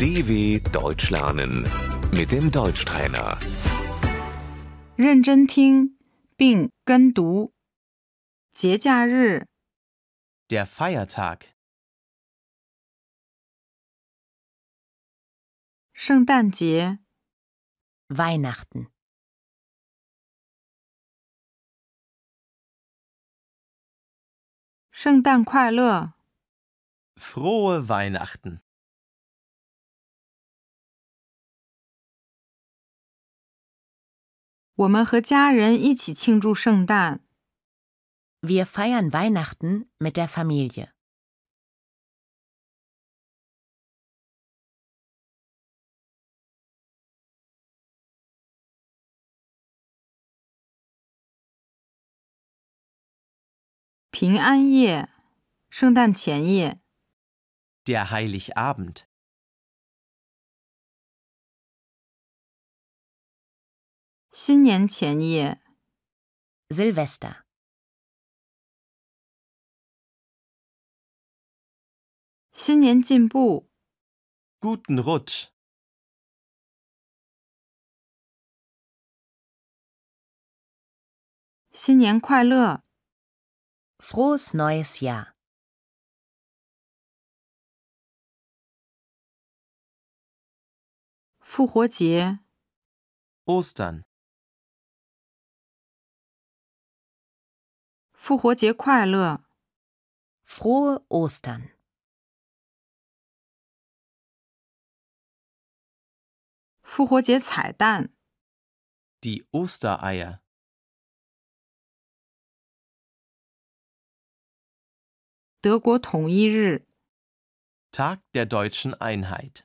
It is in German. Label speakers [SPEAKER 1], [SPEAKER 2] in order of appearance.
[SPEAKER 1] DW Deutsch lernen mit dem Deutschtrainer.
[SPEAKER 2] 认真听并跟读。节假日、
[SPEAKER 3] Der Feiertag,
[SPEAKER 2] 圣诞节、
[SPEAKER 4] Weihnachten,
[SPEAKER 2] 圣诞快乐、
[SPEAKER 3] frohe Weihnachten,
[SPEAKER 2] 我们和家人一起庆祝圣诞。
[SPEAKER 4] wir feiern Weihnachten mit der Familie.
[SPEAKER 2] “平安夜”、“圣诞前夜
[SPEAKER 3] der Heiligabend, ”、
[SPEAKER 2] “新年前夜
[SPEAKER 4] Silvester, ”、
[SPEAKER 2] “新年进步
[SPEAKER 3] guten Rutsch, ”、
[SPEAKER 2] “新年快乐
[SPEAKER 4] frohes neues Jahr, ”、
[SPEAKER 2] “复活节
[SPEAKER 3] Ostern, ”、
[SPEAKER 2] “复活节快乐
[SPEAKER 4] frohe Ostern, ”、
[SPEAKER 2] “复活节彩蛋
[SPEAKER 3] die Ostereier, ”、
[SPEAKER 2] “德国统一日
[SPEAKER 3] Tag der deutschen Einheit, ”、